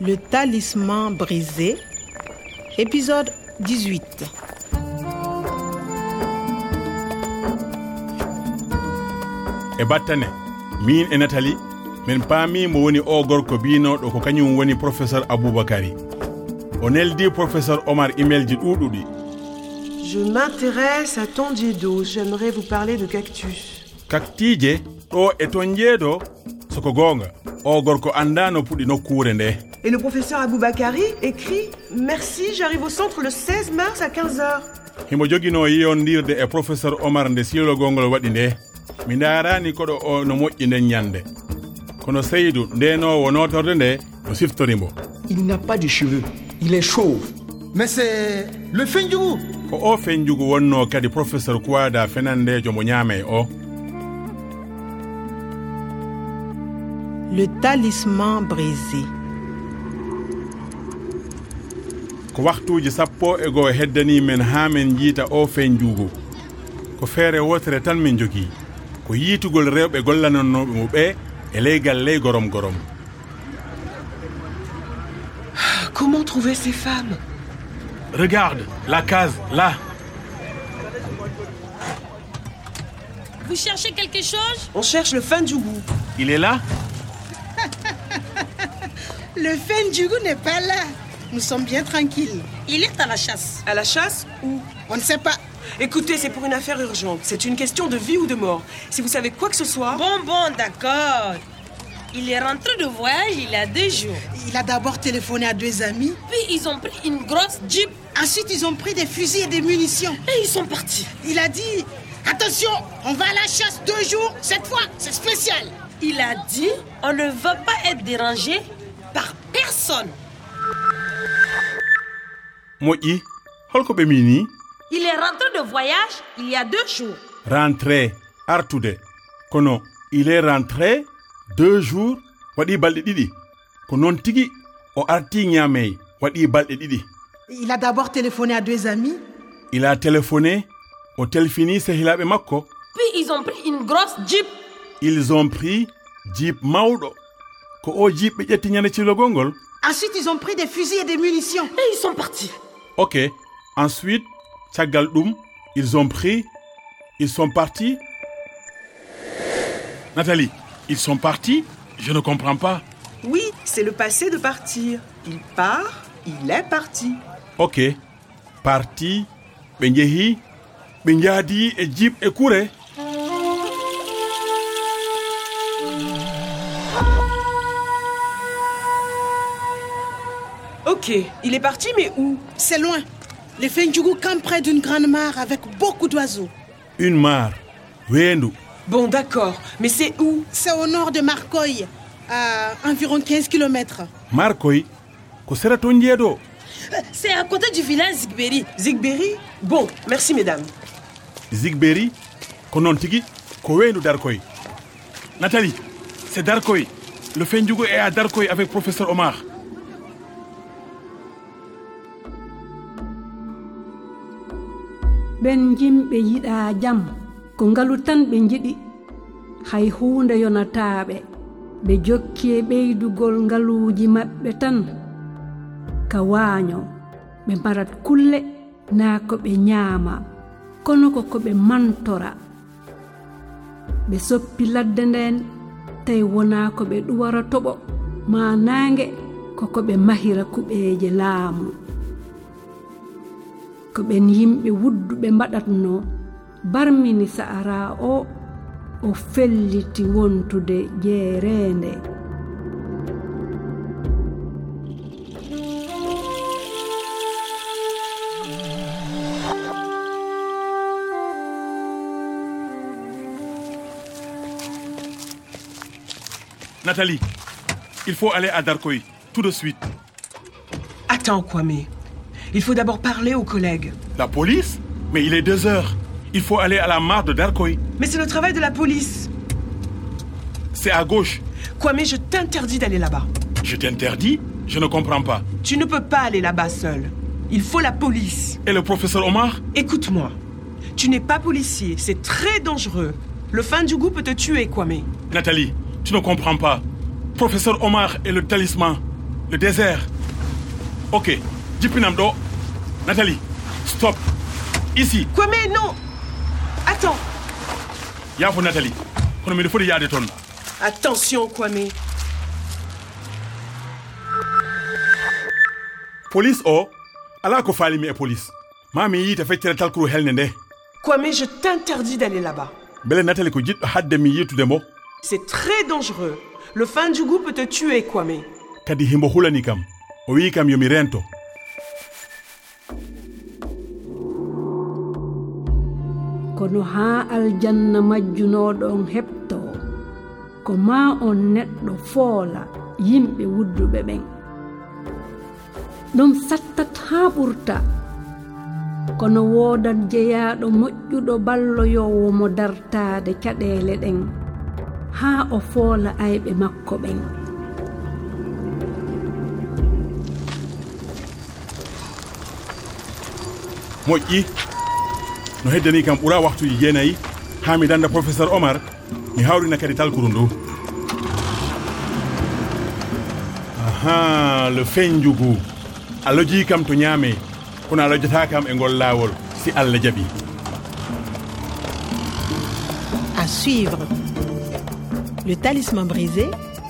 Le talisman brisé, épisode 18. e battane min e natali min paami mo woni o gorko binoɗo ko kañum woni professeur aboubacary o neldi professeur omar email ji ɗuɗuɗi Je m'intéresse à Tandiedo. J'aimerais vous parler de cactus. kaktije ɗo e ton jeeɗo soko goonga o gorko anda no puɗi nokkure nde Et le professeur Aboubakari écrit Merci, j'arrive au centre le 16 mars à 15h. himo joguino yiyondirde e professeur omar nde silogol ngol waɗi nde mi darani koɗo o no moƴƴi nden ñande kono seydou ndenowo notorde nde no siftorimo Il n'a pas de cheveux. Il est chauve. Mais c'est le Fendjougou ko o fenjugo wonno kadi professeur kuwada fenandejo mo ñaame e o Le talisman brisé. ko waktuuji sappo e goo heddani men haa men jiita o fenjuugo ko feere wootere tan min jogii ko yiitugol rewɓe gollanannooɓe mo ɓee e leygal ley gorom gorom Comment trouver ces femmes regarde la case là Vous cherchez quelque chose On cherche le Fendjougou. il est là Le Fendjougou n'est pas là. Nous sommes bien tranquilles. Il est à la chasse. À la chasse ou On ne sait pas. Écoutez, c'est pour une affaire urgente. C'est une question de vie ou de mort. Si vous savez quoi que ce soit. Bon, bon, d'accord. Il est rentré de voyage il y a deux jours. Il a d'abord téléphoné à deux amis. Puis ils ont pris une grosse jeep Ensuite, ils ont pris des fusils et des munitions. et ils sont partis. Il a dit Attention, on va à la chasse deux jours. Cette fois, c'est spécial. Il a dit on ne veut pas être dérangé par personne. moƴƴi holko ɓe mii ni Il est rentré de voyage il y a deux jours. rentré artude kono il est rentré deux jours waɗi balɗe ɗiɗi ko noon tigi o arti ñaameyi waɗi balɗe ɗiɗi Il a d'abord téléphoné à deux amis. il a téléphoné o telfini sehilaaɓe makko Puis ils ont pris une grosse jeep. ils ont pris jeep mawɗo ko o jeep ɓe ƴetti ñande cilogol ngol Ensuite, ils ont pris des fusils et des munitions. Et ils sont partis. ok ensuite caggal ɗum ils ont pris ils sont partis nathalie ils sont partis je ne comprends pas Oui, c'est le passé de partir. Il part, il est parti. ok parti ɓe njehi ɓe njaadi e jeep e kure Ok, il est parti, mais où C'est loin. Le Fendjougou campe près d'une grande mare avec beaucoup d'oiseaux. une mare weendu Bon, d'accord, mais c'est où C'est au nord de Marcoy, à environ 15 km. markoy ko sera ton njeeɗo C'est à côté du village Zigberi. Zigberry Bon, merci, mesdames. zigberi ko noon tigi ko weyndu darkoy nathalie c'est darkoy le fenjugo est à darkoy avec professeur omar ɓen yimɓe yiɗa jam ko ngalu tan ɓe jiɗi hay huunde yonataaɓe ɓe jokki e ɓeydugol ngaluuji maɓɓe tan ka waaño ɓe marat kulle naa ko ɓe nyaama kono ko ko ɓe mantora ɓe soppi ladde ndeen tawi wonaa ko ɓe ɗuwara toɓo maa naange ko ko ɓe mahira kuɓeeje laamu ko ɓen yimɓe wudduɓe mbaɗatno barmini sa'ara o o felliti wontude jeereende nathalie il faut aller à darkoy tout de suite Attends, Kwame. Il faut d'abord parler aux collègues. la police mais il est deux heures il faut aller à la mare de darkoy Mais c'est le travail de la police. c'est à gauche Kwame, je t'interdis d'aller là-bas. je t'interdis je ne comprends pas Tu ne peux pas aller là-bas seul. Il faut la police. et le professeur omar Écoute-moi. Tu n'es pas policier. C'est très dangereux. Le fin du goût peut te tuer, Kwame. nathalie tu ne comprends pas professeur omar et le talisman le désert ok jippinam ɗo nathalie stop ici Quoi mais non Attends yaafo nathalie kono mbiɗa foti yaade toon Attention, Kwame. police o ala ko faalimi e police ma mi yiita feccere talkuru helnde nde Kwame, je t'interdis d'aller là-bas. beele nathalie ko jiɗɗo hadde mi yiitude mo C'est très dangereux. Le fin du goût peut te tuer, Kwame. kadi himbo hulani kam o wi kam yomi rento kono haa aljanna majjunoɗon heɓto ko ma on neɗɗo foola yimɓe wudduɓe ɓen ɗum sattat haa ɓurta kono woodat jeyaaɗo moƴƴuɗo balloyowo mo dartaade caɗeele ɗen haa o foola ayɓe makko ɓen moƴƴi no heddani kam ɓura waktuji jeenayi ha mi danda professeur omar mi hawrina kadi talkuru ndu aha le feñjugu a loji kam to ñaame kono a lojjata kam e ngol laawol si allah jaɓi À suivre. Le Talisman brisé,